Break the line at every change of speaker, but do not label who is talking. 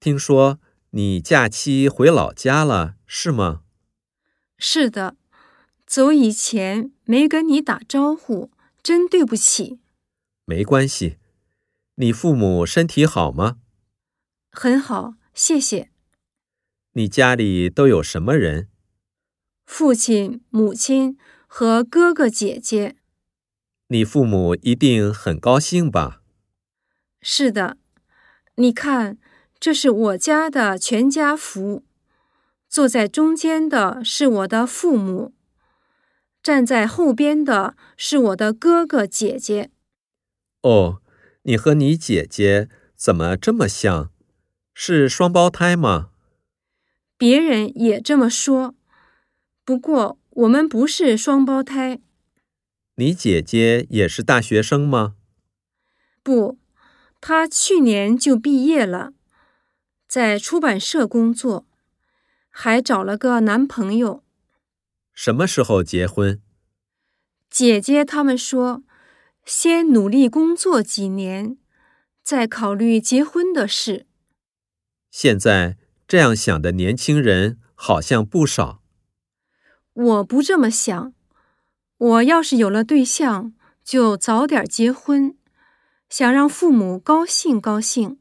听说你假期回老家了，是吗？
是的，走以前没跟你打招呼，真对不起。
没关系。你父母身体好吗？
很好，谢谢。
你家里都有什么人？
父亲、母亲和哥哥姐姐。
你父母一定很高兴吧？
是的，你看，这是我家的全家福。坐在中间的是我的父母，站在后边的是我的哥哥姐姐。
哦。你和你姐姐怎么这么像？是双胞胎吗？
别人也这么说，不过我们不是双胞胎。
你姐姐也是大学生吗？
不，她去年就毕业了，在出版社工作，还找了个男朋友。
什么时候结婚？
姐姐他们说。先努力工作几年，再考虑结婚的事。
现在这样想的年轻人好像不少。
我不这么想，我要是有了对象，就早点结婚，想让父母高兴高兴。